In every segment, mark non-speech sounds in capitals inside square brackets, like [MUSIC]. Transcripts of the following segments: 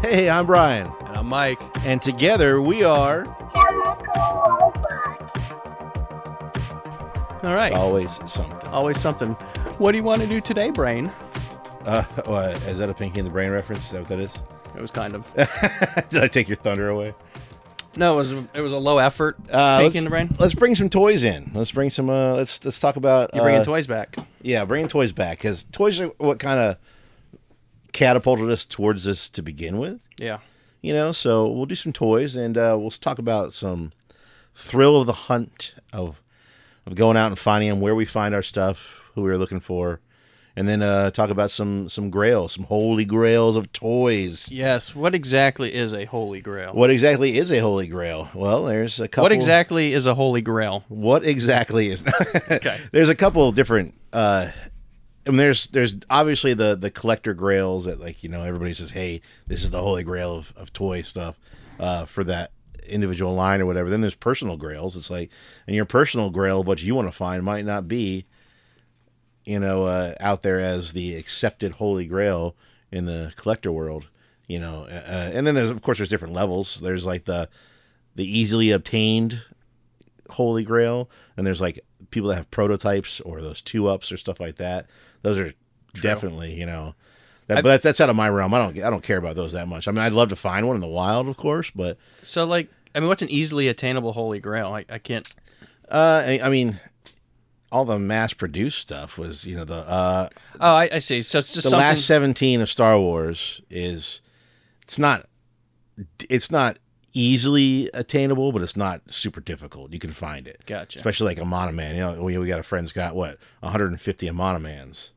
Hey, I'm Brian, And I'm Mike. and together we are All right. always something. Always something. What do you want to do today, Brain? Uh, oh, uh, is that a Pinky in the Brain reference? Is that what that is? It was [LAUGHS] kind of. Did I take your thunder away? No, it was it was a low effort. Uh, Pinky let's- in the Brain. Let's bring some toys in. Let's bring some. Uh, let's let's talk about. You're bringing uh, toys back. Yeah, bringing toys back because toys are what kind of catapulted us towards this to begin with. Yeah. You know, so we'll do some toys and uh, we'll talk about some thrill of the hunt of of going out and finding them, where we find our stuff, who we're looking for, and then uh, talk about some some grails, some holy grails of toys. Yes. What exactly is a holy grail? What exactly is a holy grail? Well, there's a couple. What exactly is a holy grail? what exactly is [LAUGHS] [LAUGHS] okay there's a couple of different uh I mean, there's there's obviously the the collector grails that like you know everybody says hey this is the holy grail of, of toy stuff uh for that individual line or whatever then there's personal grails it's like and your personal grail of what you want to find might not be you know uh out there as the accepted holy grail in the collector world you know uh, and then there's of course there's different levels there's like the the easily obtained holy grail and there's like people that have prototypes or those two ups or stuff like that those are definitely you know that, but that's out of my realm i don't i don't care about those that much i mean i'd love to find one in the wild of course but So, like, I mean, what's an easily attainable holy grail? Like, I can't. uh i, I mean all the mass produced stuff was you know the uh Oh, I, I see. So it's just the something. last 17 of star wars is it's not it's not easily attainable but it's not super difficult you can find it Gotcha. especially like a monoman you know we, we got a friend's got what 150 monomans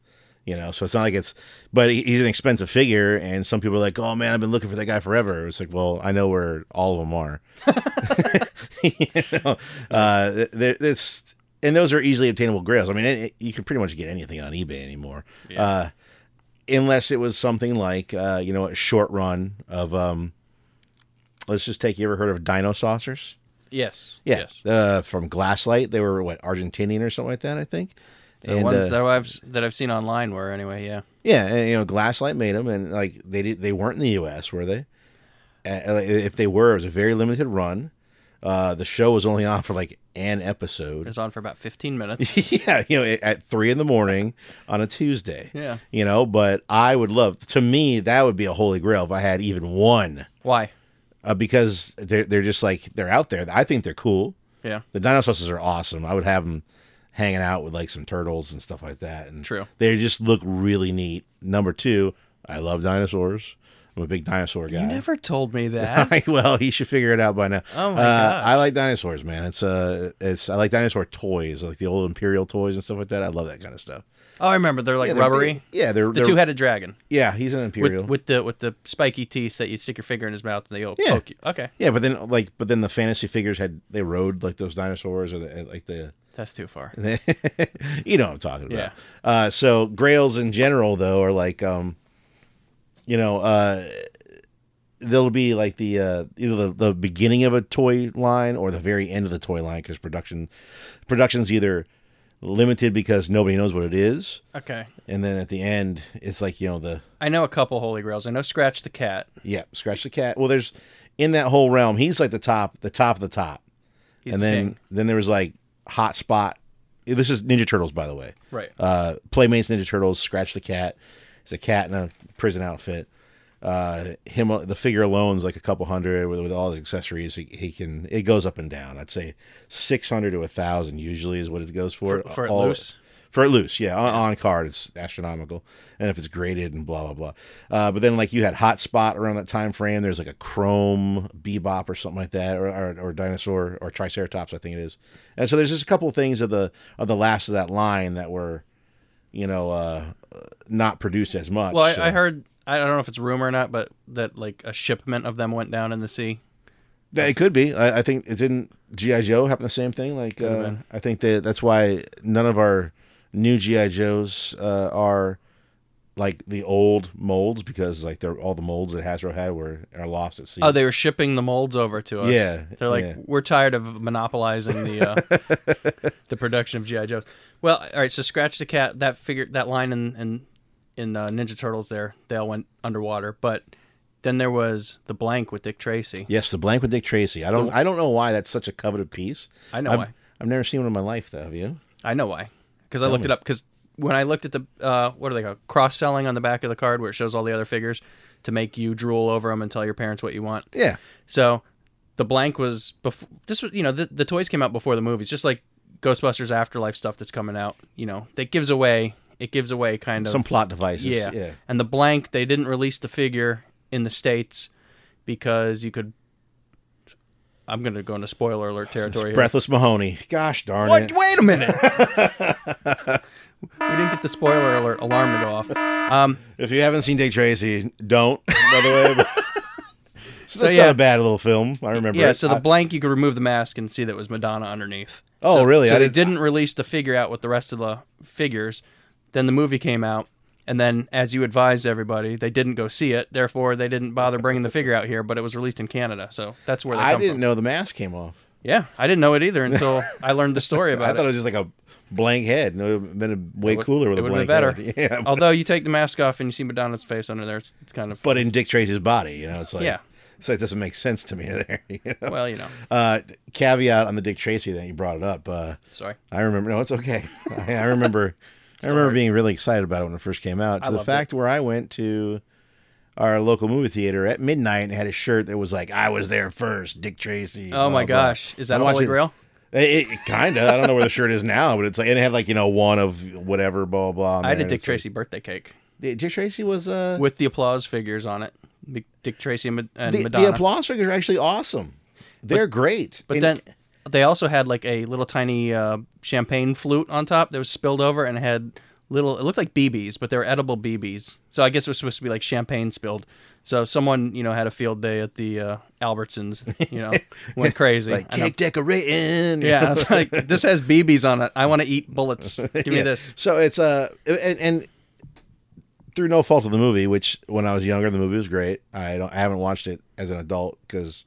you know so it's not like it's but he- he's an expensive figure and some people are like oh man i've been looking for that guy forever it's like well i know where all of them are [LAUGHS] you know, uh, th- there, there's and those are easily obtainable grails. I mean, it, it- you can pretty much get anything on eBay anymore, uh, unless it was something like uh, you know a short run of. Um, let's just take. You ever heard of Dino Saucers? Yes. Yeah, Yes. uh, from Glasslight. They were what Argentinian or something like that, I think. uh, The ones that I've that I've seen online were anyway. Yeah. Yeah, and, you know, Glasslight made them, and like they did, they weren't in the U.S. were they? Uh, like, if they were, it was a very limited run. Uh, the show was only on for like an episode. It's on for about 15 [LAUGHS] minutes. yeah, you know, at three in the morning on a Tuesday. Yeah. you know, but I would love to me that would be a holy grail if I had even one, Why? uh, because they're they're just like they're out there. I think they're cool. Yeah. The dinosaurs are awesome. I would have them hanging out with like some turtles and stuff like that. And True. they just look really neat. Number two, I love dinosaurs. I'm a big dinosaur guy. [LAUGHS] You never told me that. well, he should figure it out by now. Oh my uh, gosh. I like dinosaurs, man. It's uh, it's I like dinosaur toys, like the old imperial toys and stuff like that. I love that kind of stuff. oh, I remember. They're like Yeah, they're big. rubbery. Yeah, they're The they're- two-headed dragon Yeah, he's an imperial. with, with the with the spiky teeth that you stick your finger in his mouth and they go Yeah. poke you. Okay, Yeah, but then like, but then the fantasy figures had they rode like those dinosaurs or the, like the, that's too far. [LAUGHS] you know what I'm talking about. Yeah. Uh, so grails in general though are like, um, you know, uh, they'll be like the uh, either the, the beginning of a toy line or the very end of the toy line because production production's either limited because nobody knows what it is, Okay, and then at the end it's like you know the I know a couple holy grails. I know Scratch the Cat. yeah scratch the cat. Well, there's in that whole realm he's like the top, the top of the top. He's and the then king. then there was like hot spot this is ninja turtles by the way right, uh playmates ninja turtles scratch the cat it's a cat in a prison outfit uh him the figure alone is like a couple hundred with, with all the accessories he, he can it goes up and down i'd say 600 to a thousand usually is what it goes for For- for it All- loose? for it loose yeah on, on card it's astronomical and if it's graded and blah blah blah uh, but then like you had hot spot around that time frame there's like a chrome bebop or something like that or, or, or dinosaur or triceratops i think it is and so there's just a couple of things of the of the last of that line that were you know uh not produced as much well, I, so- I heard. I don't know if it's rumor or not, but that like a shipment of them went down in the sea. Yeah, it could be. I, I think it didn't. GI Joe happen the same thing. Like uh, I think that that's why none of our new GI Joes uh, are like the old molds because like they're all the molds that Hasbro had were are lost at sea. Oh, they were shipping the molds over to us. Yeah, they're like, yeah. we're tired of monopolizing the uh, [LAUGHS] the production of GI Joes. Well, all right. So scratch the cat. That figure, that line in in in uh, Ninja Turtles, there they all went underwater, but Then there was the blank with Dick Tracy. Yes, the blank with Dick Tracy. I don't I don't know why that's such a coveted piece. I know I've, why. I've never seen one in my life though. Have you? I know why. Because I looked it up. Because when I looked at the uh, what are they called cross selling on the back of the card where it shows all the other figures to make you drool over them and tell your parents what you want. Yeah. So the blank was before this was you know the, the toys came out before the movies, just like Ghostbusters Afterlife stuff that's coming out. You know that gives away it gives away kind of Some plot devices. yeah. Yeah. And the blank, they didn't release the figure in the states because you could. I'm going to go into spoiler alert territory. here. Breathless Mahoney. Gosh darn What? it. Wait [LAUGHS] a minute. we didn't get the spoiler alert alarm to go off. Um, If you haven't seen Dick Tracy, don't. By the way, but- [LAUGHS] so that's yeah. not a bad little film. I remember. yeah, it. so the I- blank, you could remove the mask and see that it was Madonna underneath. Oh, So- really? So I they didn't- didn't release the figure out with the rest of the figures. Then the movie came out, and then, as you advised everybody, they didn't go see it. Therefore, they didn't bother bringing the figure out here, but it was released in Canada. So that's where they I come didn't from. know the mask came off. Yeah, I didn't know it either until I learned the [LAUGHS] story I about thought it it. was just like a blank head. and It would have been way would- cooler with it a would've been blank better. head. [LAUGHS] Yeah, Although you take the mask off and you see Madonna's face under there, it's, it's kind of but in Dick Tracy's body, you know, it's like Yeah. it's like it doesn't make sense to me [LAUGHS] there. You know? well, you know. uh, caveat on the Dick Tracy that you brought it up. Uh, Sorry, I remember. No, it's [LAUGHS] okay. I, I remember. I remember being really excited about it when it first came out. To the loved fact where I went to our local movie theater at midnight and had a shirt that was like, "I was there first, Dick Tracy." Oh my gosh. Is that I'm a Holy watching- Grail? It, it kind of. I don't know where the shirt is now, but it's like and it had like you know one of whatever blah blah. on I had there, a and Dick it's like- Tracy birthday cake Dick Dick Tracy was uh, with the applause figures on it. Dick- Dick Tracy and Ma- and the, Madonna. the applause figures are actually awesome. They're great. but And- then they also had like a little tiny uh, champagne flute on top that was spilled over and had little. It looked like BBs, but they were edible BBs. So I guess it was supposed to be like champagne spilled. So someone you know had a field day at the uh, Albertsons. [LAUGHS] You know, went crazy. like I know. cake decorating. you Yeah, [LAUGHS] know? I was like, this has BBs on it. I want to [LAUGHS] eat bullets. Give me Yeah. this. So it's uh, and, and through no fault of the movie, which when I was younger, the movie was great. I don't, I haven't watched it as an adult because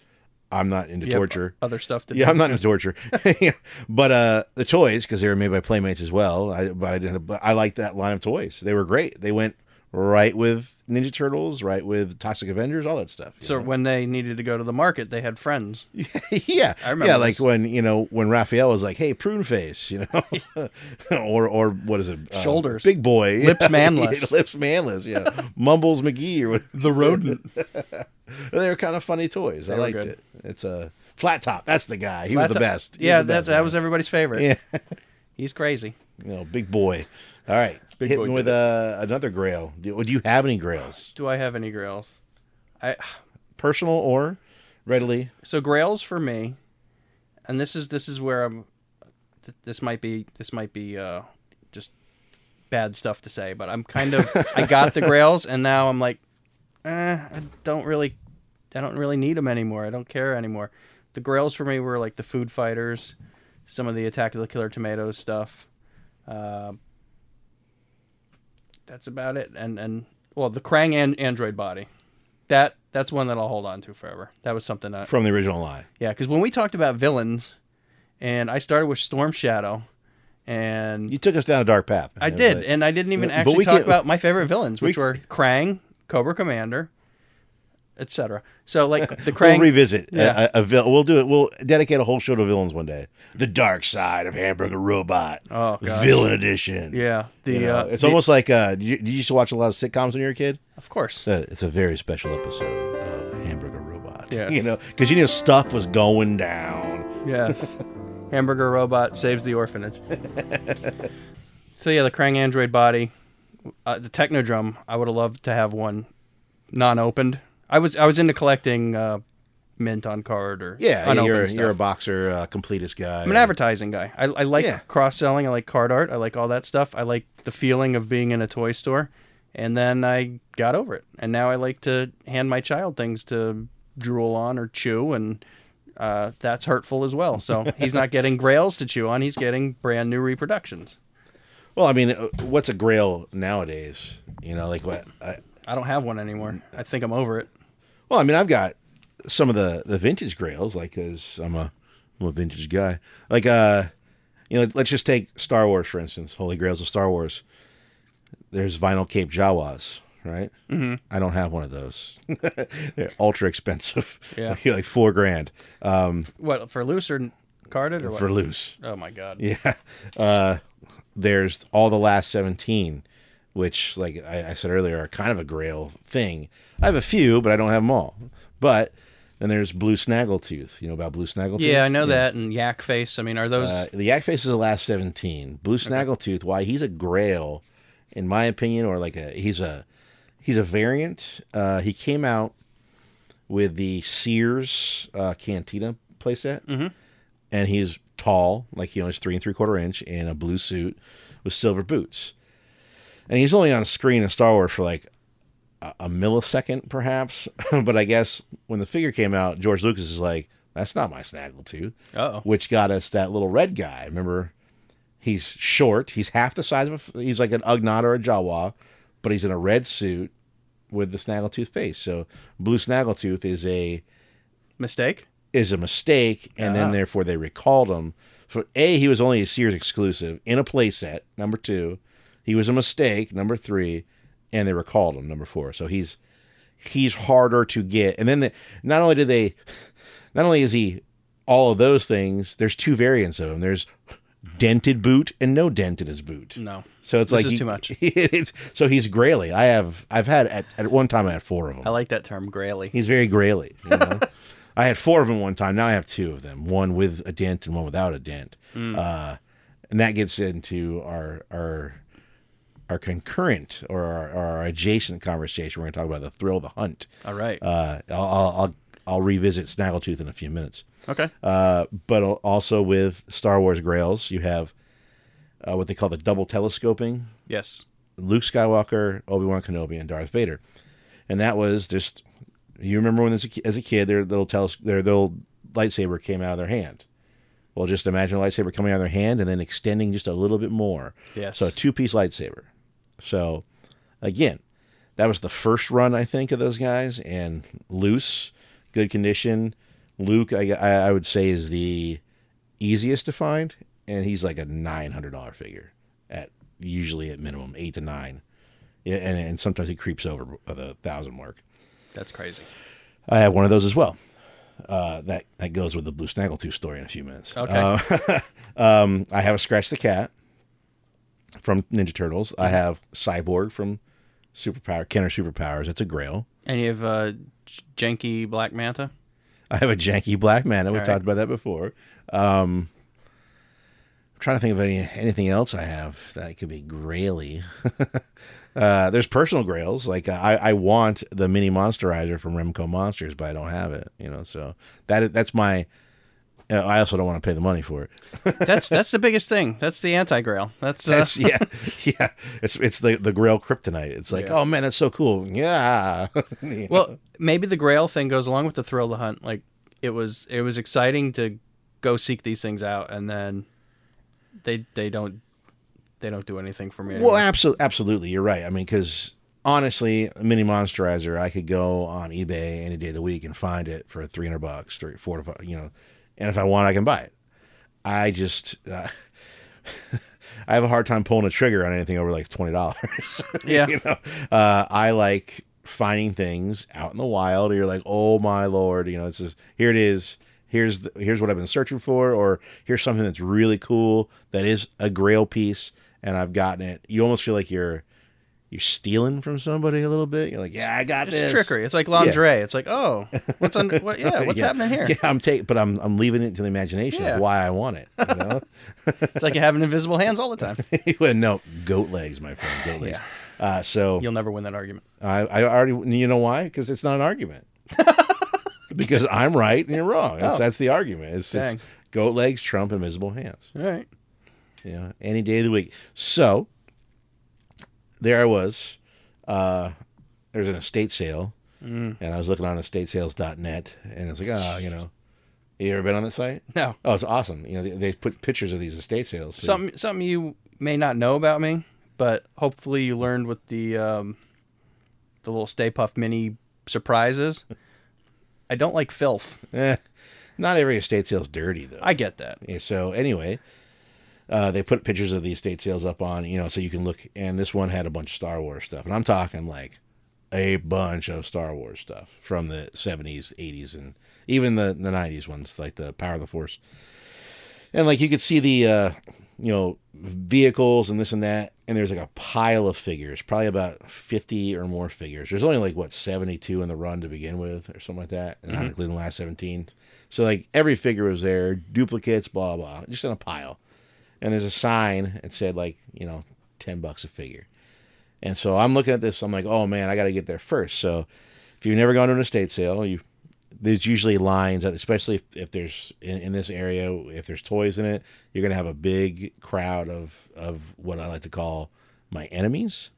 I'm not into You have torture. Other stuff to Yeah, do. I'm not into torture. [LAUGHS] Yeah. But uh, the toys, because they were made by Playmates as well. I, but I didn't. But I liked that line of toys. They were great. They went right with Ninja Turtles, right with Toxic Avengers, all that stuff. you So know? when they needed to go to the market, they had friends. [LAUGHS] yeah, I remember Yeah, like this. when you know when Raphael was like, "Hey, prune face," you [LAUGHS] know, [LAUGHS] or or what is it? Uh, Shoulders. big boy, [LAUGHS] Lips Yeah, [LAUGHS] manless. lips manless. [LAUGHS] Yeah, Mumbles McGee or whatever. [LAUGHS] The rodent. They were kind of funny toys. I were liked good. it. It's a flat top. That's the guy. He was the best. He Yeah, was the that, best, that man. [LAUGHS] was everybody's favorite. Yeah. He's crazy. you know, big boy. All right, Big hit boy me did with uh, another grail. Do, do you have any grails, Do I have any grails? I personal or readily? so grails for me, and this is this is where I'm. Th- this might be this might be uh, just bad stuff to say, but I'm kind of I got the grails, and now I'm like, eh, I don't really, I don't really need them anymore. I don't care anymore. The grails for me were like the food fighters, some of the Attack of the Killer Tomatoes stuff. Uh, that's about it, and and well, the Krang and android body. That that's one that I'll hold on to forever. That was something that From the original lie, yeah, because when we talked about villains, and I started with Storm Shadow, and you took us down a dark path. I It was did, like- and I didn't even But actually we talk can't- about my favorite villains, which we- were Krang, Cobra Commander, etc. [LAUGHS] So like the We'll Krang, revisit Yeah. a, a, a vil- We'll do it. We'll dedicate a whole show to villains one day. The Dark Side of Hamburger Robot. Oh, gosh. Villain Edition. yeah, the You know, uh, it's the- almost like uh, you, you used to watch a lot of sitcoms when you were a kid. of [LAUGHS] course, Uh, It's a very special episode of Hamburger Robot. [LAUGHS] Yes. You know, because you knew stuff was going down. yes, Hamburger Robot saves [LAUGHS] the orphanage. so yeah, the Krang android body, uh, the Technodrum. I would have loved to have one non-opened. I was I was into collecting uh, mint on card or Yeah, unopened you're, stuff. you're a boxer, uh, completist guy. I'm an advertising guy. I, I like Yeah. cross selling. I like card art. I like all that stuff. I like the feeling of being in a toy store. And then I got over it. And now I like to hand my child things to drool on or chew. And uh, that's hurtful as well. [LAUGHS] So he's not getting grails to chew on. He's getting brand new reproductions. Well, I mean, uh, what's a grail nowadays? You know, like what? uh, I, I don't have one anymore. I think I'm over it. well, I mean, I've got some of the the vintage grails, like because I'm a I'm a vintage guy. Like, uh, you know, let's just take Star Wars for instance. Holy grails of Star Wars. There's vinyl Cape Jawas. right? hmm I don't have one of those. [LAUGHS] They're ultra expensive. Yeah. [LAUGHS] Like- like four grand um, What for loose or carded or what? for loose. oh my god. [LAUGHS] Yeah. Uh, there's all the last 17, which, like I, I said earlier, are kind of a grail thing. I have a few, but I don't have them all. But then there's Blue Snaggletooth. You know about Blue Snaggletooth? Yeah, I know that. And yak face. I mean, are those? Uh, the Yak Face is the last 17. Blue Snaggletooth, why he's a grail, in my opinion, or like a he's a he's a variant. Uh, he came out with the Sears uh, Cantina playset, Mhm. and he's tall, like he owns three and three quarter inch, in a blue suit with silver boots, and he's only on screen in Star Wars for like a, a millisecond, perhaps. [LAUGHS] but I guess when the figure came out, George Lucas is like, "That's not my Snaggletooth." oh, which got us that little red guy. Remember, he's short. He's half the size of a. He's like an Ugnaught or a Jawa, but he's in a red suit with the snaggletooth face. So blue snaggletooth is a mistake. is a mistake, and Ah. then therefore they recalled him. For a, he was only a Sears exclusive in a playset. Number two, he was a mistake. Number three, and they recalled him. Number four, so he's he's harder to get. And then the, not only did they, [LAUGHS] not only is he all of those things. There's two variants of him. There's dented boot and no dent in his boot. No. So it's This like is he- too much. [LAUGHS] it's, so he's graily. I have I've had at, at one time I had four of them. I like that [LAUGHS] term, graily. He's very graily. You know? [LAUGHS] I had four of them one time. Now I have two of them, one with a dent and one without a dent. Uh, and that gets into our our our concurrent or our, our adjacent conversation. We're going to talk about the thrill of the hunt. All right. Uh, I'll, I'll I'll I'll revisit Snaggletooth in a few minutes. okay. Uh, but al- also with Star Wars Grails, you have uh, what they call the double telescoping, Yes. Luke Skywalker, Obi Wan Kenobi, and Darth Vader, and that was just you remember when as a, ki- as a kid their little teles- their little lightsaber came out of their hand. Well, just imagine a lightsaber coming out of their hand and then extending just a little bit more. Yes. So a two piece lightsaber. So again, that was the first run I think of those guys and loose, good condition. Luke, I, I I would say is the easiest to find, and he's like a nine hundred dollar figure at usually at minimum eight to nine, Yeah, and and sometimes he creeps over the thousand mark. That's crazy. I have one of those as well. Uh, that that goes with the Blue Snaggletooth story in a few minutes. Okay. Uh, [LAUGHS] um, I have a Scratch the Cat from Ninja Turtles. I have Cyborg from Superpower Kenner Superpowers. That's a Grail. Any of uh, j- janky Black Manta? [LAUGHS] I have a janky black man. We All right. talked about that before. Um, I'm trying to think of any anything else I have that could be graily. [LAUGHS] uh, there's personal grails. Like I, I want the mini monsterizer from Remco Monsters, but I don't have it. You know, so that that's my. uh, I also don't want to pay the money for [LAUGHS] it. That's that's the biggest thing. That's the anti grail. That's, uh, That's yeah, yeah. It's it's the the grail kryptonite. It's like, Yeah. oh man, that's so cool. Yeah. [LAUGHS] well, maybe the grail thing goes along with the thrill of the hunt. Like it was it was exciting to go seek these things out, and then they they don't they don't do anything for me. Well, anymore. absolutely, absolutely, you're right. I mean, because honestly, a mini monsterizer, I could go on eBay any day of the week and find it for three hundred bucks, three, four to five, you know. And if I want, I can buy it. I just, uh, [LAUGHS] I have a hard time pulling a trigger on anything over like twenty dollars. [LAUGHS] Yeah. you know, uh, I like finding things out in the wild. You're like, oh my lord, you know, this is here it is. Here's the, here's what I've been searching for, or here's something that's really cool that is a Grail piece, and I've gotten it. You almost feel like you're you're stealing from somebody a little bit. You're like, yeah, I got it's this. trickery. It's like lingerie. It's like oh, what's on? [LAUGHS] What, yeah, what's Yeah. happening here? Yeah, I'm taking, but I'm I'm leaving it to the imagination Yeah. of why I want it. You [LAUGHS] know? [LAUGHS] It's like you having invisible hands all the time. Well, no, goat legs, my friend, goat legs. Uh, so You'll never win [LAUGHS] that argument. I, I already, you know why? Because it's not an [LAUGHS] argument. because I'm right and you're wrong. That's, Oh. that's the argument. It's, it's Dang. goat legs, Trump, invisible hands. All right. You know, any day of the week. So there I was. Uh, there's an estate sale, Mm. and I was looking on estatesales.net, and it's like, oh, you know, you ever been on that site? No. Oh, it's awesome. You know, they, they put pictures of these estate sales. so you- something something you may not know about me, but hopefully you learned with the um, the little Stay Puff mini surprises. I don't like filth. eh, not every estate sale's dirty though. I get that. Yeah, so anyway, uh, they put pictures of the estate sales up on, you know, so you can look. And this one had a bunch of Star Wars stuff, and I'm talking like a bunch of Star Wars stuff from the 70s, 80s, and even the, the 90s ones, like the Power of the Force. And like you could see the, uh, you know, vehicles and this and that. And there's like a pile of figures, probably about 50 or more figures. There's only like, what, 72 in the run to begin with or something like that, and not Mhm. including the last 17. So like every figure was there, duplicates, blah, blah, just in a pile. And there's a sign that said like, you know, 10 bucks a figure. And so I'm looking at this. I'm like, oh man, I got to get there first. So if you've never gone to an estate sale, you there's usually lines, especially if, if there's in, in this area, if there's toys in it, you're gonna have a big crowd of of what I like to call my enemies,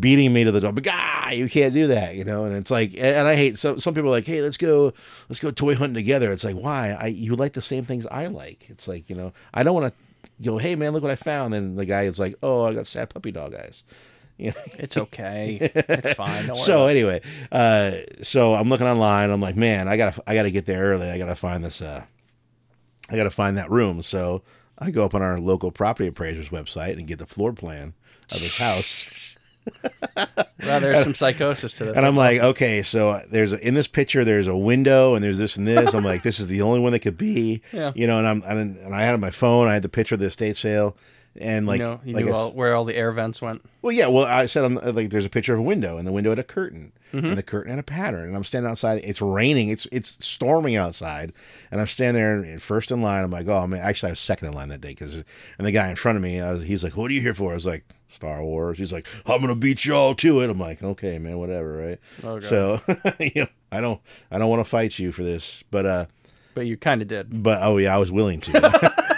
beating me to the door. But ah, you can't do that, you know. And it's like, and, and I hate some some people are like, hey, let's go, let's go toy hunting together. It's like, why? I you like the same things I like. It's like, you know, I don't want to go, hey man, look what I found. And the guy is like, oh, I got sad puppy dog eyes. [LAUGHS] You know? It's okay. [LAUGHS] it's fine. Don't worry so about it. anyway, uh, so I'm looking online. I'm like, man, I gotta, I gotta get there early. I gotta find this. Uh, I gotta find that room. So I go up on our local property appraiser's website and get the floor plan of this [SIGHS] house. Well, there's some psychosis to uh, this. And I'm like, okay, so there's a, in this picture there's a window and there's this and this. I'm like, this is the only one that could be, [LAUGHS] Yeah. you know. And I'm and, and I had my phone. I had the picture of the estate sale, and like, you know, you like knew I s- all, where all the air vents went. Well, yeah. Well, I said I'm like there's a picture of a window, and the window had a curtain, and the curtain had a pattern. And I'm standing outside. It's raining. It's it's storming outside, and I'm standing there and- and first in line. I'm like, oh man, actually I was second in line that day because, and the guy in front of me, I was, he's like, what are you here for? I was like, Star Wars. He's like, I'm gonna beat y'all to it. I'm like, okay, man, whatever, right? Oh, God. so, [LAUGHS] you know, I don't I don't want to fight you for this, but uh, But you kind of did. but oh yeah, I was willing to. [LAUGHS]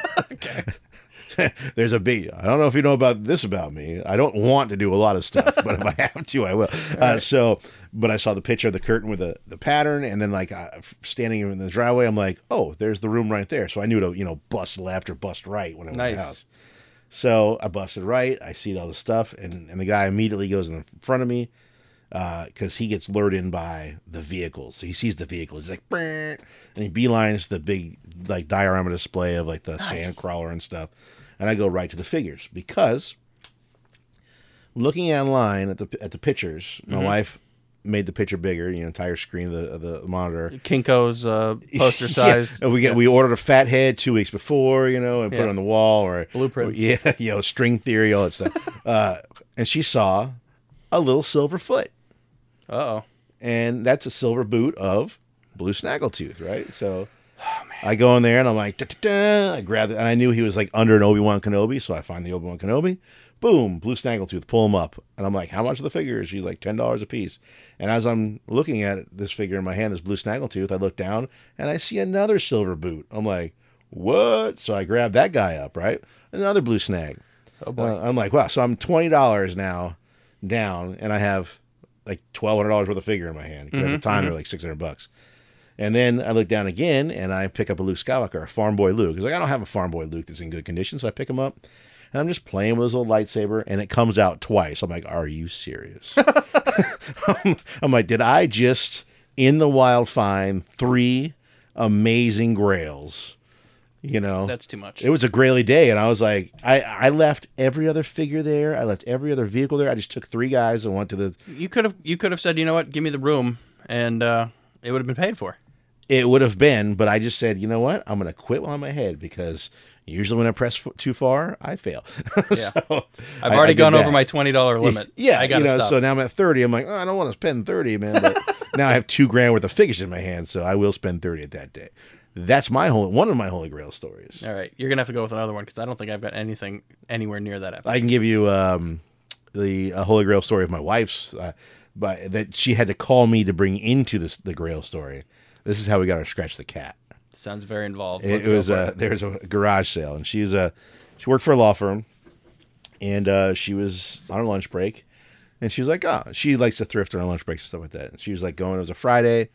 There's a B. I don't know if you know about this about me. I don't want to do a lot of stuff, but if I have to, I will. Uh, so, but I saw the picture of the curtain with the, the pattern, and then like uh, standing in the driveway, I'm like, oh, there's the room right there. So I knew to you know bust left or bust right when I went to Nice. the house. So I busted right. I see all the stuff, and, and the guy immediately goes in front of me because he gets lured in by the vehicles. So he sees the vehicles. He's like, "Brrr," and he beelines the big like diorama display of like the Nice. sand crawler and stuff. And I go right to the figures because looking online at the at the pictures, Mm-hmm. my wife made the picture bigger, you know, entire screen of the, of the monitor. Kinko's uh, poster size. [LAUGHS] Yeah. And We get we ordered a fat head two weeks before, you know, and put Yeah. it on the wall or [LAUGHS] Blueprints. Yeah, you know, string theory, all that [LAUGHS] stuff. uh, and she saw a little silver foot, Uh oh. and that's a silver boot of blue snaggletooth, right? So. I go in there and I'm like, "Da, da, da." I grab it, and I knew he was like under an Obi Wan Kenobi, so I find the Obi Wan Kenobi, boom, blue snaggletooth, pull him up, and I'm like, how much are the figures? She's like, ten dollars a piece. And as I'm looking at it, this figure in my hand, this blue snaggletooth, I look down and I see another silver boot. I'm like, what? So I grab that guy up, right? Another blue snag. Oh, boy. Uh, I'm like, wow. So I'm twenty dollars now down, and I have like twelve hundred dollars worth of figure in my hand. 'Cause At Mm-hmm, the time, they were like six hundred bucks. And then I look down again and I pick up a Luke Skywalker, a Farm Boy Luke. Because like, I don't have a Farm Boy Luke that's in good condition, so I pick him up and I'm just playing with his little lightsaber and it comes out twice. I'm like, are you [LAUGHS] serious? [LAUGHS] I'm like, did I just in the wild find three amazing grails? You know, That's too much. it was a graily day, and I was like, I, I left every other figure there. I left every other vehicle there. I just took three guys and went to the. you could have you could have said, you know what, give me the room, and uh, it would have been paid for. It would have been, but I just said, you know what? I'm gonna quit while I'm ahead because usually when I press f- too far, I fail. [LAUGHS] Yeah. So, I've I- I already did gone that. over my twenty dollar limit. [LAUGHS] Yeah, I gotta you know, stop. so now I'm at 30. I'm like, oh, I don't want to spend 30, man. [LAUGHS] But now I have two grand worth of figures in my hand, so I will spend 30 at that day. That's my whole one of my holy grail stories. All right, you're gonna have to go with another one because I don't think I've got anything anywhere near that. Episode. I can give you um, the uh, Holy Grail story of my wife's, uh, but that she had to call me to bring into this the Grail story. This is how we got our scratch the cat. Sounds very involved. It, Let's it go was for uh, there was a garage sale, and she's a she worked for a law firm, and uh, she was on her lunch break, and she was like, oh, she likes to thrift on her lunch breaks and stuff like that. And she was like going. It was a Friday.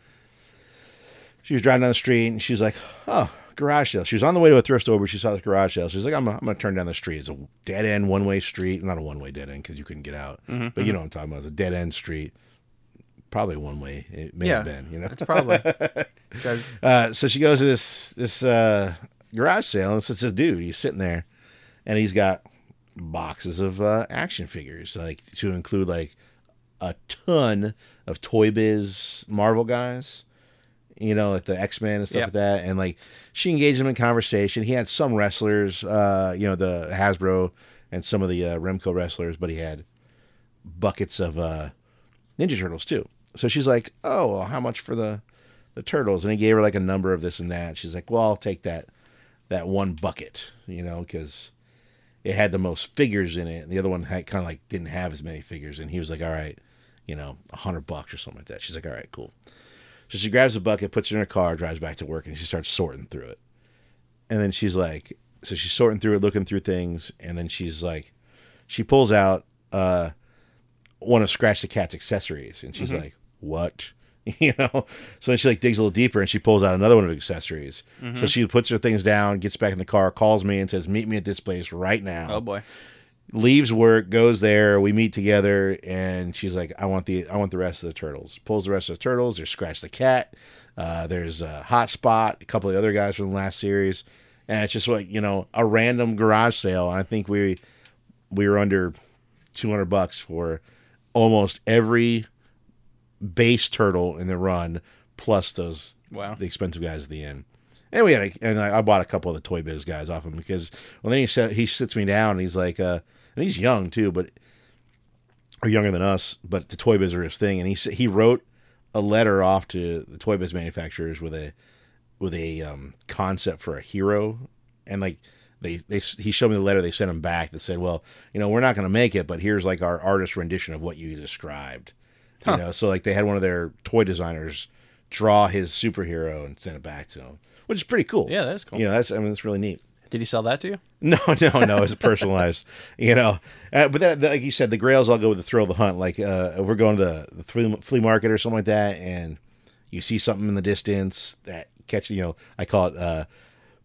She was driving down the street, and she's like, oh. Garage sale. She was on the way to a thrift store, but she saw this garage sale. She's like, "I'm, I'm gonna turn down the street. It's a dead end, one way street. Not a one way dead end because you couldn't get out, Mm-hmm, but you know what I'm talking about. It's a dead end street, probably one way. It may have Yeah. been, you know. It's probably. [LAUGHS] Guys, Uh, so she goes to this this uh, garage sale and it's this dude. He's sitting there, and he's got boxes of uh, action figures, like to include like a ton of Toy Biz Marvel guys, you know, like the X Men and stuff Yep. like that. And like she engaged him in conversation. He had some wrestlers, uh, you know, the Hasbro and some of the uh, Remco wrestlers, but he had buckets of uh, Ninja Turtles too. So she's like, "Oh, well, how much for the the turtles?" And he gave her like a number of this and that. She's like, "Well, I'll take that that one bucket, you know, because it had the most figures in it, and the other one had kind of like didn't have as many figures." And he was like, "All right, you know, a hundred bucks or something like that." She's like, "All right, cool." So she grabs the bucket, puts it in her car, drives back to work, and she starts sorting through it. And then she's like, so she's sorting through it, looking through things, and then she's like, she pulls out uh, one of Scratch the Cat's accessories, and she's like, "What?" [LAUGHS] You know. So then she like digs a little deeper, and she pulls out another one of the accessories. So she puts her things down, gets back in the car, calls me, and says, "Meet me at this place right now." Oh boy. leaves work, goes there, we meet together, and she's like, I want the I want the rest of the turtles. Pulls the rest of the turtles, there's Scratch the Cat, uh, there's uh Hotspot, a couple of the other guys from the last series. And it's just like, you know, a random garage sale. And I think we we were under two hundred bucks for almost every base turtle in the run, plus those Wow. the expensive guys at the end. And we had, a, and I, I bought a couple of the Toy Biz guys off him because well, then he said he sits me down and he's like, uh, and he's young too, but or younger than us, but the Toy Biz are his thing, and he sa- he wrote a letter off to the Toy Biz manufacturers with a with a um, concept for a hero, and like they they s- he showed me the letter they sent him back that said, well, you know, we're not going to make it, but here's like our artist rendition of what you described, Huh. you know. So like they had one of their toy designers draw his superhero and send it back to him, which is pretty cool. Yeah, that's cool. You know, that's I mean, that's really neat. Did he sell that to you? [LAUGHS] No, no, no. It's personalized, you know. Uh, but that, that- like you said, the Grails all go with the thrill of the hunt. Like uh, if we're going to the flea, flea market or something like that, and you see something in the distance that catches, you know, I call it uh,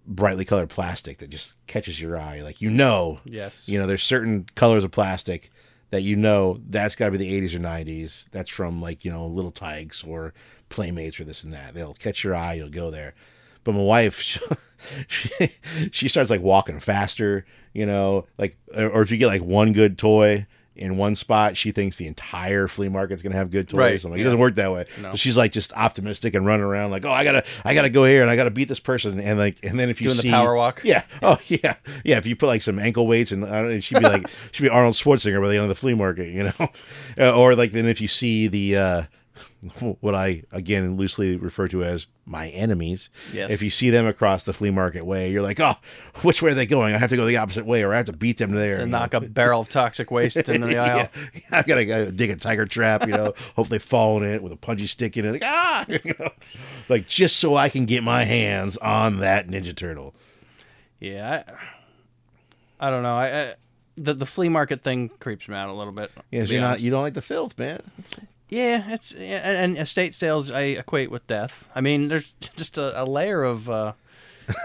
brightly colored plastic that just catches your eye. Like you know, Yes. you know, there's certain colors of plastic that you know that's got to be the 80s or 90s. That's from like you know Little Tykes or Playmates or this and that. They'll catch your eye. You'll go there. But my wife, [LAUGHS] she, she starts like walking faster. You know, like or, or if you get like one good toy. In one spot, she thinks the entire flea market's gonna have good toys. Right, I'm like, it yeah. doesn't work that way. No. So she's like just optimistic and running around, like, oh, I gotta, I gotta go here and I gotta beat this person, and like, and then if you Doing the see power walk? yeah. Oh yeah. Yeah. If you put like some ankle weights and, I don't know, she'd be [LAUGHS] like, she'd be Arnold Schwarzenegger by the end of the flea market, you know? [LAUGHS] Uh, or like then if you see the, uh, [LAUGHS] what I again loosely refer to as my enemies. Yes. If you see them across the flea market way, you're like, oh, which way are they going? I have to go the opposite way, or I have to beat them there. And you knock a barrel of toxic waste into the aisle. [LAUGHS] yeah, I gotta, gotta dig a tiger trap, you [LAUGHS] know. hope they fall in it with a punchy stick in it, like ah, [LAUGHS] you know? like just so I can get my hands on that Ninja Turtle. Yeah. I, I don't know. I, I the the flea market thing creeps me out a little bit. Yes, to be you're not. honest. You don't like the filth, man. It's- Yeah, it's yeah, and, and estate sales I equate with death. I mean, there's [LAUGHS] just a, a layer of uh,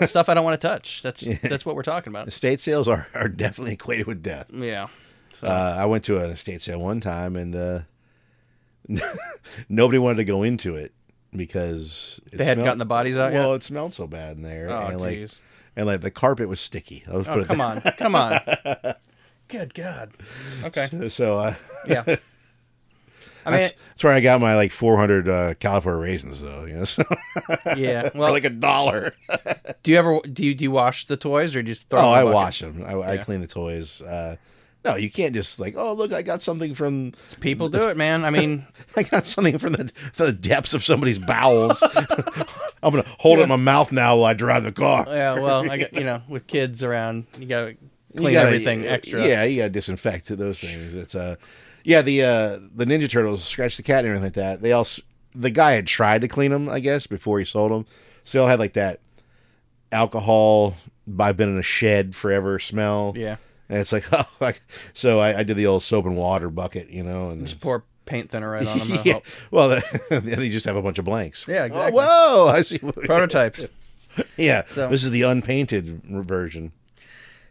stuff I don't want to touch. [LAUGHS] That's that's what we're talking about. Estate sales are, [LAUGHS] are definitely equated with death. Yeah. Uh, I went to an estate sale one time and uh, [LAUGHS] nobody wanted to go into it because it They hadn't gotten the bodies out Well, yet? it smelled so bad in there, Oh, and like jeez. and like the carpet was sticky. I was Oh, come on. Come on. [LAUGHS] Good God. Okay. So uh, Yeah. I mean, that's, that's where I got my like 400 uh, California raisins, though. You know, [LAUGHS] so, [LAUGHS] yeah. for Well, like a dollar. do you ever do you do you wash the toys or do you just [LAUGHS] throw? Oh, them in I the bucket? wash them. I, I Yeah. clean the toys. Uh, no, you can't just like, oh look, I got something from People do it, man. I mean, [LAUGHS] [LAUGHS] I got something from the from the depths of somebody's [LAUGHS] bowels. I'm gonna hold it in my mouth now while I drive the car. yeah. Well, I got you know, with kids around, you got to You clean gotta- everything extra. Yeah, you gotta disinfect those things. It's uh, yeah, the uh, the Ninja Turtles, Scratch the Cat, and everything like that. They all s- the guy had tried to clean them, I guess, before he sold them. So they all had like that alcohol. I've been in a shed forever. Smell. Yeah. and it's like [LAUGHS] oh, like, so I, I did the old soap and water bucket, you know, and Just pour paint thinner right on them. [LAUGHS] and yeah. hope. Well, [LAUGHS] then you just have a bunch of blanks. Yeah, Oh, exactly. whoa, I see. what- Prototypes. [LAUGHS] yeah, So- this is the unpainted r- version.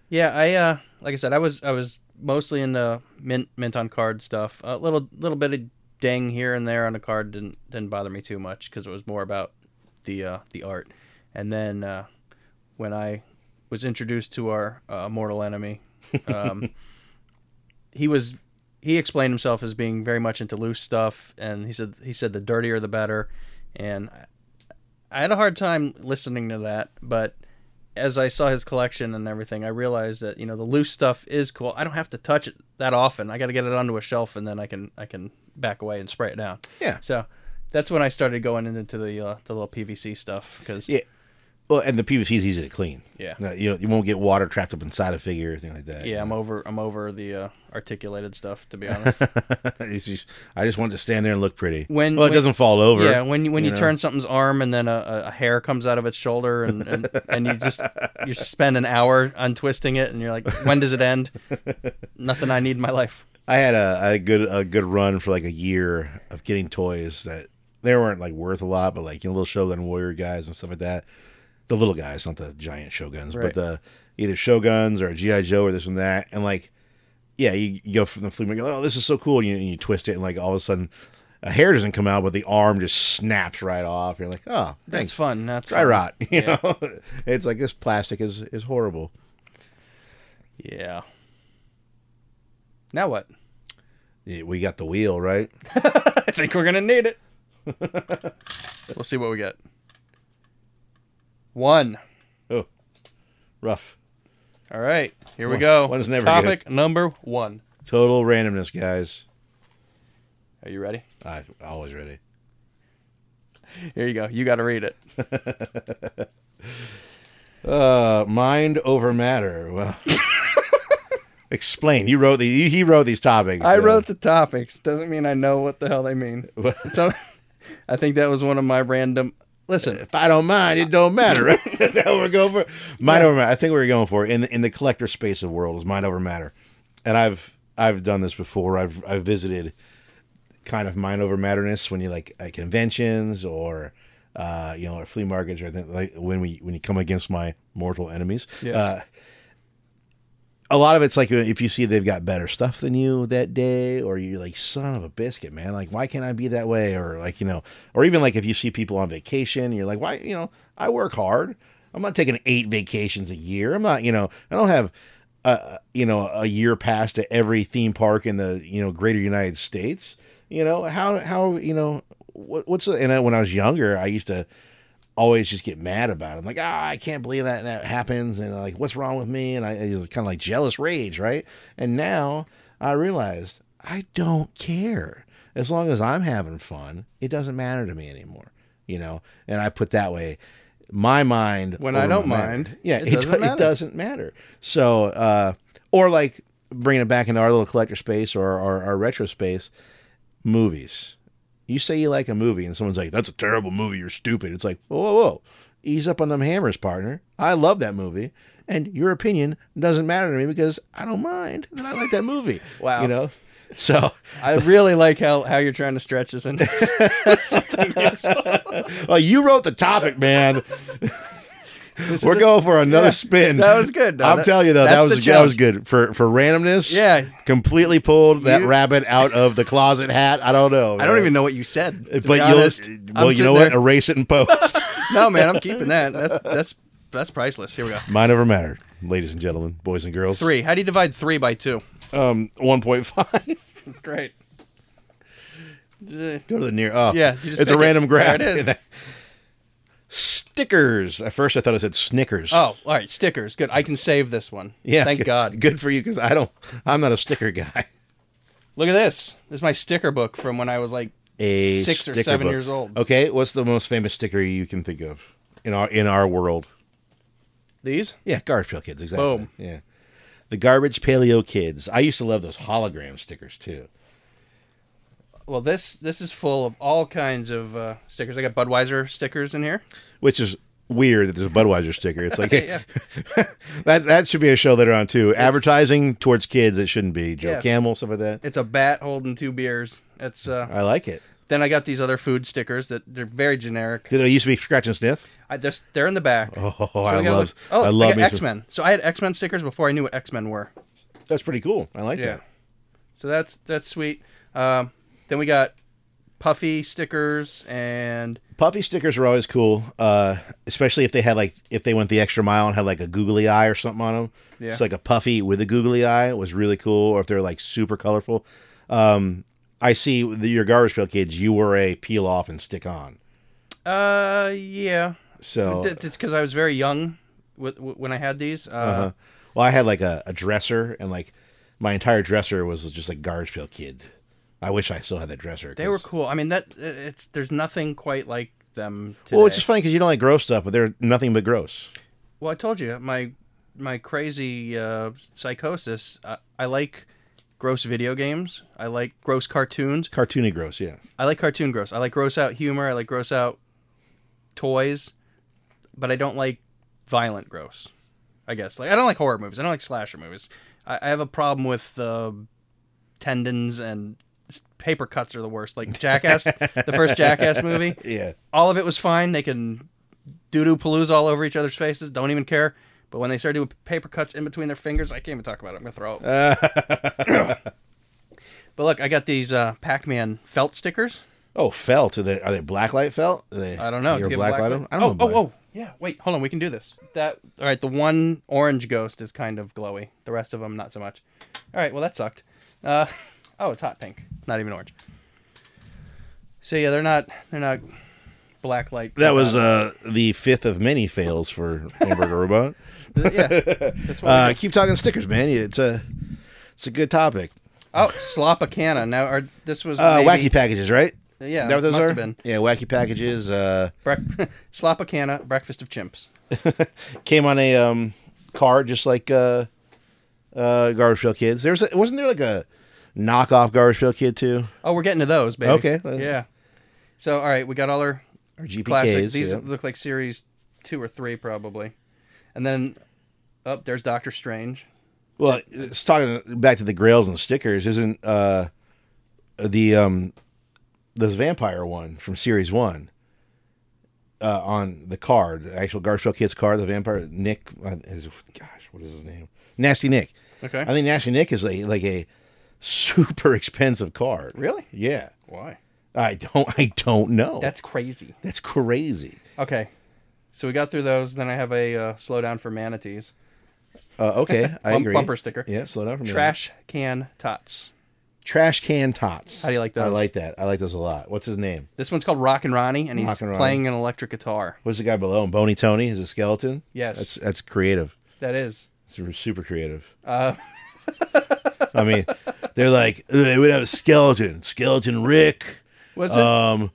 Yeah, I uh, like I said, I was I was mostly into mint mint on card stuff. A little little bit of dang here and there on a card didn't didn't bother me too much because it was more about the uh, the art. And then uh, when I was introduced to our uh, mortal enemy, Um, he was he explained himself as being very much into loose stuff, and he said he said the dirtier the better, and I, I had a hard time listening to that, but as I saw his collection and everything, I realized that you know the loose stuff is cool. I don't have to touch it that often. I got to get it onto a shelf, and then I can I can back away and spray it down. Yeah. So that's when I started going into the uh, the little PVC stuff because Yeah. Well, and the PVC is easy to clean. Yeah. No, you, you won't get water trapped up inside a figure or anything like that. yeah, I'm over I'm over the uh, articulated stuff to be honest. [LAUGHS] It's just- I just want it to stand there and look pretty. When- well, it when- doesn't fall over. Yeah, when you when you, know? turn something's arm and then a- a, a hair comes out of its shoulder and, and, and you just [LAUGHS] you spend an hour untwisting it and you're like, when does it end? Nothing I need in my life. I had a, a good a good run for like a year of getting toys that they weren't like worth a lot, but like you know, little Shogun Warrior guys and stuff like that. The little guys, not the giant Shoguns, Right. but the either Shoguns or GI Joe or this and that, and like yeah, you, you go from the flea market, oh this is so cool, and you, and you twist it, and like all of a sudden a hair doesn't come out, but the arm just snaps right off. You're like, oh, That's thanks, fun. That's dry fun. rot. [LAUGHS] You Yeah. know, it's like this plastic is is horrible. Yeah. Now what? Yeah, We got the wheel right. [LAUGHS] I think we're gonna need it. [LAUGHS] we'll see what we get. One. Oh, rough. All right, here we One- go. one's never Topic number one. Total randomness, guys. Are you ready? I always ready. Here you go. You got to read it. Uh, mind over matter. Well, [LAUGHS] explain. You wrote the. He wrote these topics. I so- wrote the topics. Doesn't mean I know [LAUGHS] what the hell they mean. so, I think that was one of my random. Listen, If I don't mind, it don't matter. [LAUGHS] Right? that we're going for mind over matter. I think we we're going for in in the collector space of world is mind over matter, and I've I've done this before. I've I've visited kind of mind over matterness when you like at conventions or uh, you know or flea markets or anything like when we when you come against my mortal enemies. Yes. Uh, a lot of it's like if you see they've got better stuff than you that day, or you're like, son of a biscuit, man. Like, why can't I be that way? Or like, you know, or even like if you see people on vacation, you're like, why, you know, I work hard. I'm not taking eight vacations a year. I'm not, you know, I don't have, uh, you know, a year pass to every theme park in the, you know, greater United States. You know, how, how, you know, what, what's the, and I, when I was younger, I used to, always just get mad about it. I'm like, ah, I can't believe that that happens, and like, what's wrong with me? And I it's kind of like jealous rage, right? And now I realized I don't care as long as I'm having fun. It doesn't matter to me anymore, you know. And I put that way, my mind When I over don't my mind, yeah, it it, do- doesn't matter. it doesn't matter. So, uh, or like bringing it back into our little collector space or our, our retro space, movies you say you like a movie and someone's like, that's a terrible movie, you're stupid. It's like, whoa, whoa, whoa. Ease up on them hammers, partner. I love that movie. And your opinion doesn't matter to me because I don't mind that I like that movie. [LAUGHS] Wow. You know? So, I really like how, how you're trying to stretch this [LAUGHS] into something useful. well, oh, you wrote the topic, [LAUGHS] man. This We're is a- going for another yeah, spin. that was good. No, I'm that- telling you though, that that's the was that was challenge. good for for randomness. Yeah. completely pulled that You- rabbit out of the closet hat. I don't know. I don't even know what you said. to be But honest. you'll I'm well, you sitting know what? there- Erase it and post. [LAUGHS] No, man, I'm keeping that. That's that's that's priceless. Here we go. Mind over matter, ladies and gentlemen, boys and girls. Three. How do you divide three by two? Um, one point [LAUGHS] five. Great. Go to the near. Oh, Yeah, you just it's a pick it. random grab. There it is. [LAUGHS] Stickers. At first, I thought I said Snickers. Oh, all right. Stickers. Good. I can save this one. yeah. Thank good- God. Good for you, because I don't. I'm not a sticker guy. Look at this. This is my sticker book from when I was like A six or sticker seven book. years old. Okay, what's the most famous sticker you can think of in our in our world? These? Yeah, Garbage Pail Kids. Exactly. Boom. Yeah, the Garbage Paleo Kids. I used to love those hologram stickers too. Well, this this is full of all kinds of uh, stickers. I got Budweiser stickers in here. which is weird that there's a Budweiser sticker. It's [LAUGHS] like [LAUGHS] that that should be a show later on too. Advertising towards kids, it shouldn't be. Joe Yeah. Camel, stuff like that. It's a bat holding two beers. It's uh, I like it. then I got these other food stickers that they're very generic. Do they used to be scratch and sniff? [LAUGHS] I just they're in the back. Oh, So I we got love, like- oh, I love me some- X Men. So I had X Men stickers before I knew what X Men were. That's pretty cool. I like Yeah. that. So that's that's sweet. Um, then we got puffy stickers and Puffy stickers are always cool, uh, especially if they had like if they went the extra mile and had like a googly eye or something on them. Yeah. It's like a puffy with a googly eye was really cool, or if they're like super colorful. Um, I see the, your garbage pail kids. You were a peel off and stick on. uh yeah. So Th- It's because I was very young with, w- when I had these. Uh, uh, well, I had like a, a dresser, and like my entire dresser was just like garbage pail kid. I wish I still had that dresser. They were 'cause- cool. I mean that uh, it's there's nothing quite like them. Today. Well, it's just funny because you don't like gross stuff, but they're nothing but gross. Well, I told you my my crazy uh, psychosis. I, I like gross video games. I like gross cartoons. Cartoony gross, yeah. I like cartoon gross. I like gross out humor. I like gross out toys, but I don't like violent gross. I guess like I don't like horror movies. I don't like slasher movies. I, I have a problem with uh, tendons and s- paper cuts are the worst. Like Jackass, the first Jackass movie, Yeah. all of it was fine. They can doo doo palooza all over each other's faces. Don't even care. But when they started doing paper cuts in between their fingers, I can't even talk about it. I'm gonna throw up. but look, I got these uh, Pac-Man felt stickers. Oh, felt. Are they, are they blacklight felt? Are they, I don't know. You're Do you black have light black 'em? light? I don't oh, know. Oh, oh, yeah. Wait, hold on. We can do this. That. All right. The one orange ghost is kind of glowy. The rest of them, not so much. All right. Well, that sucked. Uh, [LAUGHS] oh, it's hot pink. Not even orange. So yeah, they're not. They're not black light. That was uh, the fifth of many fails for Hamburger Robot. yeah. That's what. [LAUGHS] we Uh, did. keep talking stickers, man. It's a, it's a good topic. oh, slop a canna. Now, are this was Uh, maybe- wacky packages, right? Yeah, that what those must are? have been. Yeah, wacky packages. Uh, Brec- [LAUGHS] slop a canna. Breakfast of chimps. came on a um, card just like uh, uh, Garbage Pail Kids. There was a, wasn't there like a knockoff Garbage Pail Kid too, Oh, we're getting to those, baby. Okay. uh, Yeah. So all right, we got all our or GPKs? classic. These yeah. look like series two or three probably, and then up oh, there's Doctor Strange. Well, it's talking back to the grails and stickers. Isn't uh, the um, this vampire one from series one uh, on the card, the actual Garfield Kids card, the vampire Nick? Uh, his, gosh, what is his name? Nasty Nick. Okay. I think Nasty Nick is like like a [LAUGHS] super expensive card. Really? Yeah. Why? I don't. I don't know. That's crazy. that's crazy. Okay. So we got through those. Then I have a uh, slow down for manatees. Uh, [LAUGHS] okay, I Bump- agree. Bumper sticker. Yeah, slow down for me. Trash can tots. trash can tots. How do you like I those? like that. I like those a lot. What's his name? This one's called Rock and Ronnie, and he's Rockin' Ronnie. playing an electric guitar. What's the guy below him? Bony Tony is a skeleton. Yes. that's that's creative. That is. It's super- super creative. Uh, I mean, they're like they would have a skeleton, skeleton Rick. what's it? Um,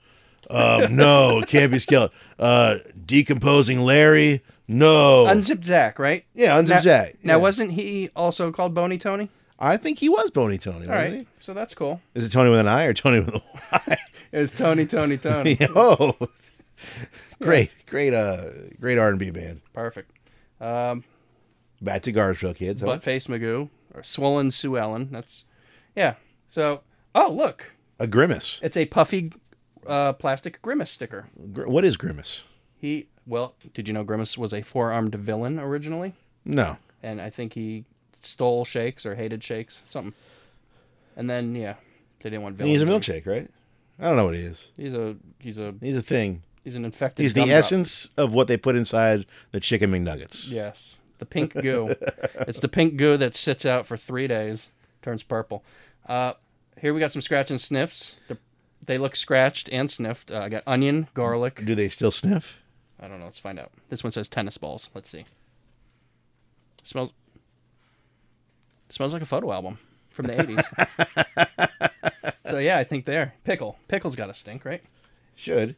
um, no, it can't be skeleton. Uh, decomposing Larry. No, Unzip Zach, right? yeah, Now- unzip Zach. Now, Yeah. wasn't he also called Bony Tony? I think he was Bony Tony. All right. wasn't So that's cool. he? Is it Tony with an I or Tony with a Y? It's Tony, [LAUGHS] [LAUGHS] Tony, Tony. oh, great, great, uh, great R and B band. Perfect. Um, Back to Garbage Kids. huh? Buttface Magoo or Swollen Sue Ellen. That's yeah. So oh look, a grimace. it's a puffy uh, plastic grimace sticker. Gr- what is grimace? He well, did you know Grimace was a four-armed villain originally, No. and I think he stole Shakes or hated Shakes something. And then yeah, they didn't want villains. He's a milkshake, right? I don't know what he is. He's a he's a He's a thing. he's an infected. He's the gumdrop. essence of what they put inside the chicken McNuggets. Yes, the pink goo. it's the pink goo that sits out for three days, turns purple. Uh, here we got some scratch and sniffs. They're, they look scratched and sniffed. Uh, I got onion, garlic. Do they still sniff? I don't know. Let's find out. This one says tennis balls. Let's see. Smells. Smells like a photo album from the '80s. so yeah, I think there. Pickle. Pickle's got to stink, right? Should.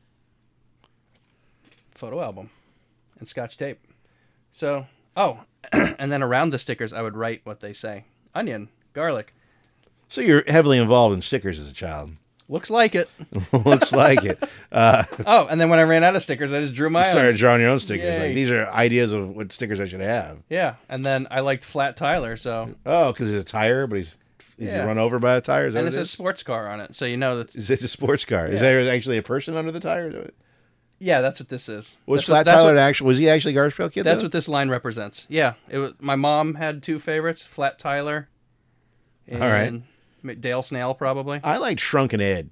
photo album and scotch tape. So, oh, [CLEARS THROAT] and then around the stickers, I would write what they say onion, garlic. So you're heavily involved in stickers as a child. [LAUGHS] Looks like it. Looks like [LAUGHS] it. Oh, and then when I ran out of stickers, I just drew my own. Started drawing your own stickers. Yay. Like these are ideas of what stickers I should have. Yeah, and then I liked Flat Tyler, so Oh, because he's a tire, but he's he's Yeah. run over by a tire. Is that and what it it says is? sports car on it, so you know that's Is it a sports car? Is Yeah. there actually a person under the tire? Is that what- yeah, that's what this is. Was that's Flat what, that's Tyler What, actually? Was he actually Garbage Pail Kid? that's though? what this line represents. Yeah, it was. My mom had two favorites: Flat Tyler, and All right. Dale Snail, probably. I liked Shrunken Ed.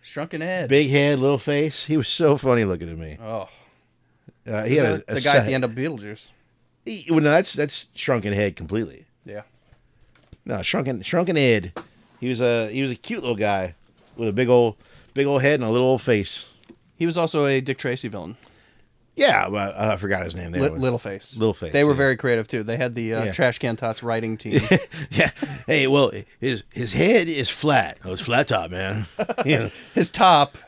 Shrunken head. Big head, little face. He was so funny looking at me. oh, Uh, he Is had a, that a the guy at set- the end of Beetlejuice. He- well, no, that's that's shrunken head completely. Yeah. No, shrunken shrunken head. He was a he was a cute little guy with a big old big old head and a little old face. He was also a Dick Tracy villain. Yeah, well, uh, I forgot his name. There, Li- Littleface. Littleface, They were yeah. very creative too. They had the uh, Yeah. Trash Can [LAUGHS] Tots writing team. [LAUGHS] yeah. Hey, well, his his head is flat. Oh, it's flat top, man. [LAUGHS] yeah. His top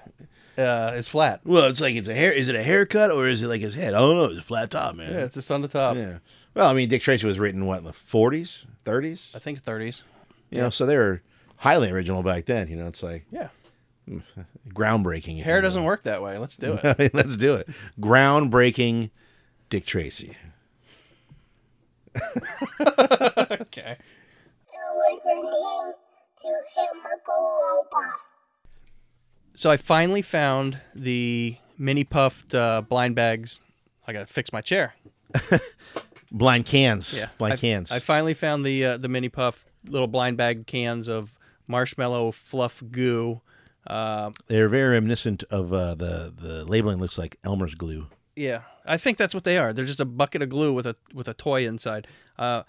uh, is flat. Well, it's like it's a hair. Is it a haircut or is it like his head? I don't know. It's a flat top, man. Yeah, it's just on the top. Yeah. Well, I mean, Dick Tracy was written what in the forties, thirties. I think 30s. You know, so they were highly original back then. You know, it's like Yeah. groundbreaking. if Hair you doesn't work that way. Let's do [LAUGHS] it. will. I mean, let's do it. Groundbreaking, Dick Tracy. okay. was a name to him a global. So I finally found the mini puffed uh, blind bags. I gotta fix my chair. Blind cans. Blind I, cans. I finally found the uh, the mini puff little blind bag cans of marshmallow fluff goo. Uh, They're very reminiscent of uh, the the labeling. Looks like Elmer's glue. yeah, I think that's what they are. They're just a bucket of glue with a with a toy inside. Uh,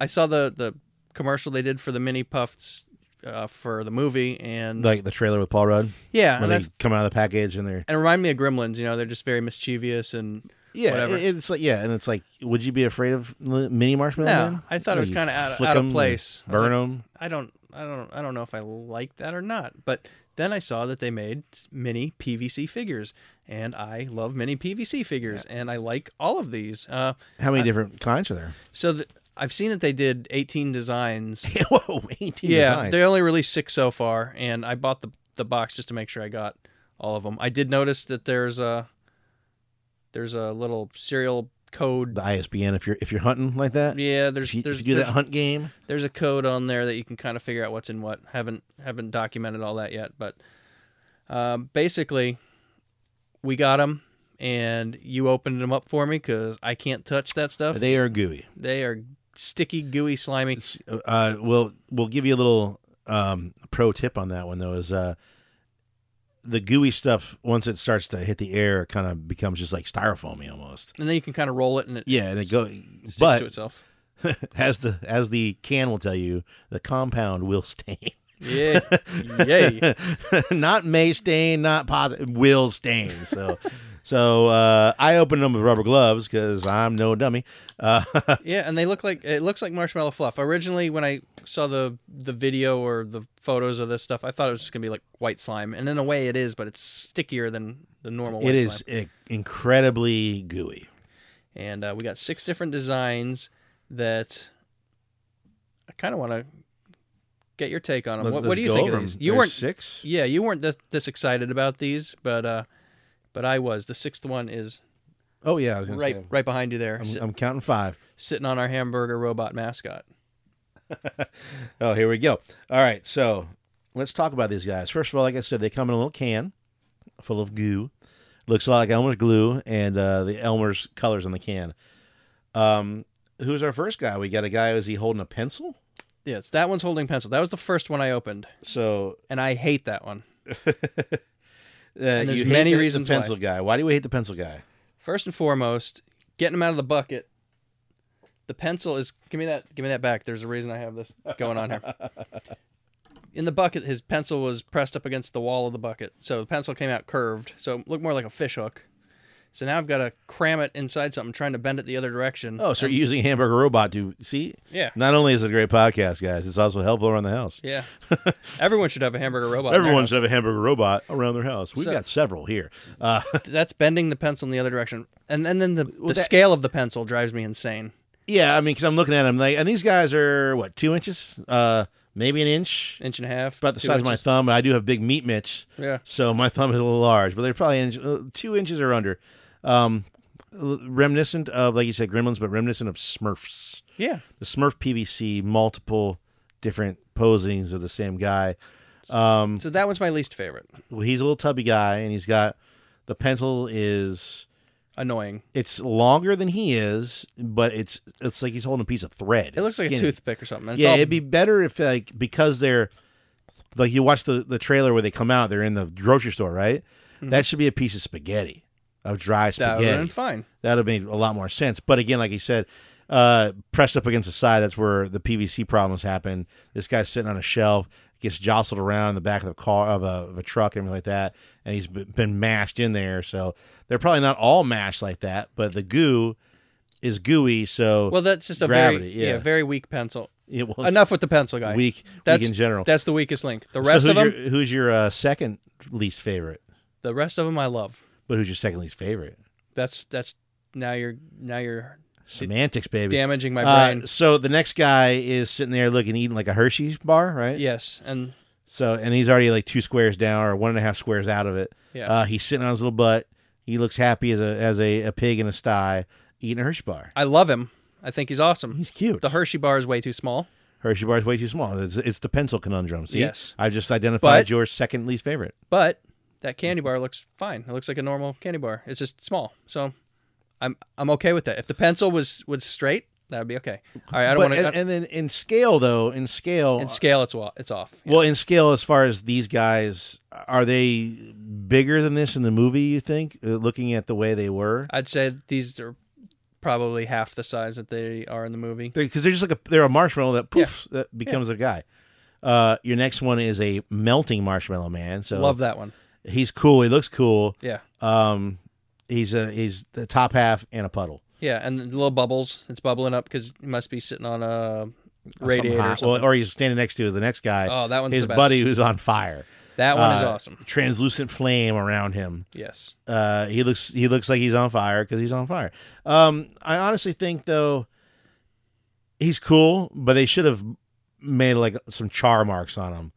I saw the the commercial they did for the mini puffs uh, for the movie, and Like the trailer with Paul Rudd. yeah, When and, they I- come out of the package and they're and it reminded me of Gremlins. You know, they're just very mischievous and yeah, whatever. it- it's like yeah, and it's like, would you be afraid of li- mini marshmallow? No, man? I thought it What, was you kinda out- flick out of 'em, place. I was burn like- them. I don't, I don't, I don't know if I like that or not. But then I saw that they made mini PVC figures, and I love mini PVC figures, and I like all of these. Uh, How many different kinds are [LAUGHS] there? so th- I've seen that they did 18 designs. Whoa, eighteen yeah, designs. they only released six so far, and I bought the the box just to make sure I got all of them. I did notice that there's a there's a little serial code. the ISBN if you're if you're hunting like that. Yeah, If there's you, if there's you do there's, that hunt game. there's a code on there that you can kind of figure out what's in what. Haven't haven't documented all that yet, but um, basically, we got them, and you opened them up for me because I can't touch that stuff. They, They are gooey. are sticky, gooey, slimy. Uh, we'll we'll give you a little um, pro tip on that one though. Is uh, the gooey stuff once it starts to hit the air, it kind of becomes just like styrofoamy almost. And then you can kind of roll it, and it Yeah, and it go. sticks to But itself. [LAUGHS] as the as the can will tell you, the compound will [LAUGHS] stain. [LAUGHS] Yeah, yay. not may stain, not positive, will stain. So, [LAUGHS] so uh, I opened them with rubber gloves because I'm no dummy. Uh, [LAUGHS] Yeah, and they look like it looks like marshmallow fluff. Originally, when I saw the the video or the photos of this stuff, I thought it was just gonna be like white slime, and in a way, it is, but it's stickier than the normal. White it slime. is i- incredibly gooey. and uh, we got six different designs that I kind of want to get your take on them. Let's- What, let's what do you go think over of these? 'em. You There's weren't, six. yeah, you weren't this, this excited about these, but uh, but I was. The sixth one is Oh yeah, I was gonna right say. right behind you there, I'm, sit, I'm counting five. sitting on our hamburger robot mascot. Oh, here we go. All right, so let's talk about these guys. First of all, like I said, they come in a little can full of goo. Looks a lot like Elmer's glue and uh, the Elmer's colors on the can. Um, who's our first guy? We got a guy. Is he holding a pencil? Yes, that one's holding pencil. That was the first one I opened, So and I hate that one. uh, and there's you hate many the, reasons the why. pencil guy. Why do we hate the pencil guy? First and foremost, getting them out of the bucket. The pencil is give me that give me that back. There's a reason I have this going on here. [LAUGHS] In the bucket, his pencil was pressed up against the wall of the bucket, so the pencil came out curved, so it looked more like a fish hook. So now I've got to cram it inside something, trying to bend it the other direction. Oh, so you're using Hamburger Robot to see? Yeah. Not only is it a great podcast, guys, it's also helpful around the house. [LAUGHS] Yeah, everyone should have a hamburger robot. in their Everyone house. should have a hamburger robot around their house. We've So- got several here. Uh, that's bending the pencil in the other direction, and and then the, the that- scale of the pencil drives me insane. yeah, I mean, because I'm looking at them, like, and these guys are what two inches, uh, maybe an inch, Inch and a half, about the two size of my inches. thumb. I do have big meat mitts, Yeah. so my thumb is a little large, but they're probably inch, uh, two inches or under. Um, l- reminiscent of, like you said, Gremlins, but reminiscent of Smurfs. Yeah, the Smurf PVC, multiple different posings of the same guy. Um, so that was my least favorite. well, he's a little tubby guy, and he's got the pencil is Annoying. it's longer than he is, but it's it's like he's holding a piece of thread. It looks It's like a skinny. toothpick or something. It's Yeah, all- it'd be better if like because they're like you watch the the trailer where they come out, they're in the grocery store, right? That should be a piece of spaghetti, of dry Mm-hmm. That spaghetti. would have been fine. That would have made a lot more sense. But again, like he said, uh, pressed up against the side, that's where the PVC problems happen. This guy's sitting on a shelf, gets jostled around in the back of the car of a, of a truck and everything like that, and he's b- been mashed in there. So they're probably not all mashed like that, but the goo is gooey. So Well, that's just a Gravity, very yeah. yeah. very weak pencil. it was Enough with the pencil guy. weak, That's weak in general. That's the weakest link. The so rest who's of them, your who's your uh, second least favorite? the rest of them, I love. But who's your second least favorite? That's that's now you're now you're Semantics, baby. damaging my Uh, brain. so the next guy is sitting there looking, eating like a Hershey's bar, right? yes, and So, and he's already like two squares down or one and a half squares out of it. yeah, Uh, he's sitting on his little butt. He looks happy as a as a, a pig in a sty eating a Hershey bar. I love him. I think he's awesome. He's cute. The Hershey bar is way too small. Hershey bar is way too small. It's, it's the pencil conundrum. See, Yes. I just identified But- your second least favorite. but that candy bar looks fine. It looks like a normal candy bar. It's just small, so I'm I'm okay with that. If the pencil was was straight, that would be okay. All right, I But, don't want and, to. and then in scale though, in scale, And scale, it's wa- it's off. uh, well, in scale as far as these guys, are they bigger than this in the movie? You think, uh, looking at the way they were, I'd say these are probably half the size that they are in the movie. because they're, just like a they're a marshmallow that poofs that becomes a guy. Uh, your next one is a melting marshmallow man. So Love that one. he's cool. He looks cool. Yeah, Um, he's a he's the top half and a puddle. yeah, and the little bubbles. It's bubbling up because it must be sitting on a Something radiator. hot. Or something. Well, or he's standing next to the next guy. oh, that one's his the best. buddy who's on fire. That one is Uh, awesome. Translucent flame around him. Yes, Uh, he looks he looks like he's on fire because he's on fire. Um, I honestly think though he's cool, but they should have made like some char marks on him.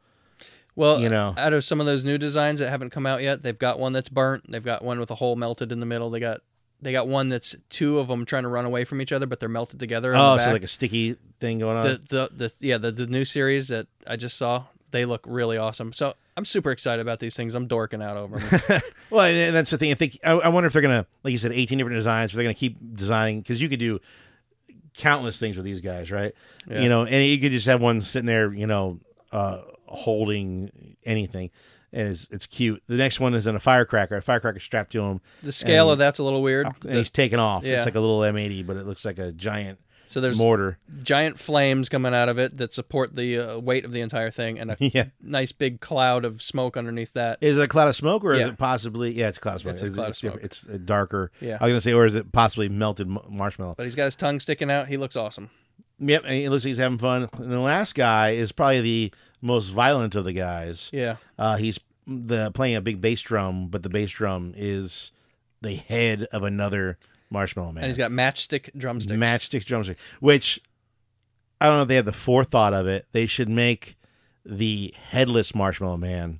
Well, you know. out of some of those new designs that haven't come out yet, they've got one that's burnt. They've got one with a hole melted in the middle. They got they got one that's two of them trying to run away from each other, but they're melted together. on Oh, the so back. like a sticky thing going on. the, the the yeah the, the new series that I just saw, they look really awesome. So I'm super excited about these things. I'm dorking out [LAUGHS] over them. Well, and- and that's the thing. If they, I, I wonder if they're gonna, like you said, eighteen different designs. If they're gonna keep designing, because you could do countless things with these guys, right? Yeah. You know, and you could just have one sitting there, you know, uh, holding anything, and it's, it's cute. The next one is in a firecracker. A firecracker strapped to him, the scale of that's a little weird. and he's taken off. yeah. It's like a little M eighty, but it looks like a giant so there's mortar. [LAUGHS] giant flames coming out of it that support the uh, weight of the entire thing, and a [LAUGHS] Yeah. nice big cloud of smoke underneath that. Is it a cloud of smoke, or Yeah. is it possibly? Yeah, it's a cloud of smoke. It's a cloud of different. It's uh, darker. Yeah. I was gonna say, or is it possibly melted m- marshmallow? But he's got his tongue sticking out. He looks awesome. Yep, and it looks like he's having fun. And the last guy is probably the most violent of the guys. Yeah. Uh, he's the playing a big bass drum, but the bass drum is the head of another marshmallow man. And he's got matchstick drumsticks. matchstick drumstick, which I don't know if they had the forethought of it. They should make the headless marshmallow man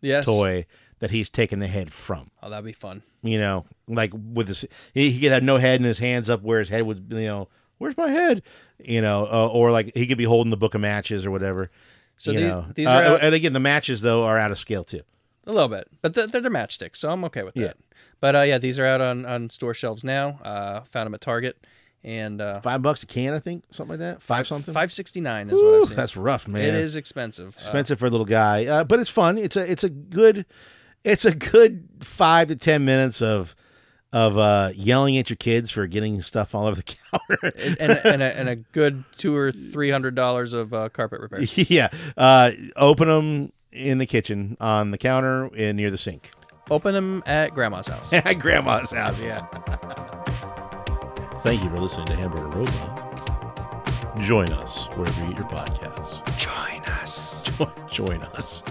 yes. toy that he's taking the head from. Oh, that'd be fun. You know, like with this, he, he could have no head and his hands up where his head would, you know, where's my head? You know, uh, or like he could be holding the book of matches or whatever. So you the- know, these Uh, are out- and again, the matches though are out of scale too. A little bit, but they're, they're matchsticks, so I'm okay with that. Yeah. But uh, yeah, these are out on, on store shelves now. Uh, found them at Target, and uh, Five bucks a can, I think, something like that. Five something. five sixty nine is Ooh, what I've seen. that's rough, man. It is expensive. Uh, expensive for a little guy, uh, but it's fun. It's a it's a good, it's a good five to ten minutes of of uh, yelling at your kids for getting stuff all over the [LAUGHS] counter. and, a- and, a, and a good two or three hundred dollars of uh, carpet repair. [LAUGHS] yeah, uh, open them in the kitchen on the counter and near the sink [LAUGHS] Open them at grandma's house. at grandma's house. Yeah. Thank you for listening to Hamburger Robot. [LAUGHS] Join us wherever you get your podcasts. Join us. Join us.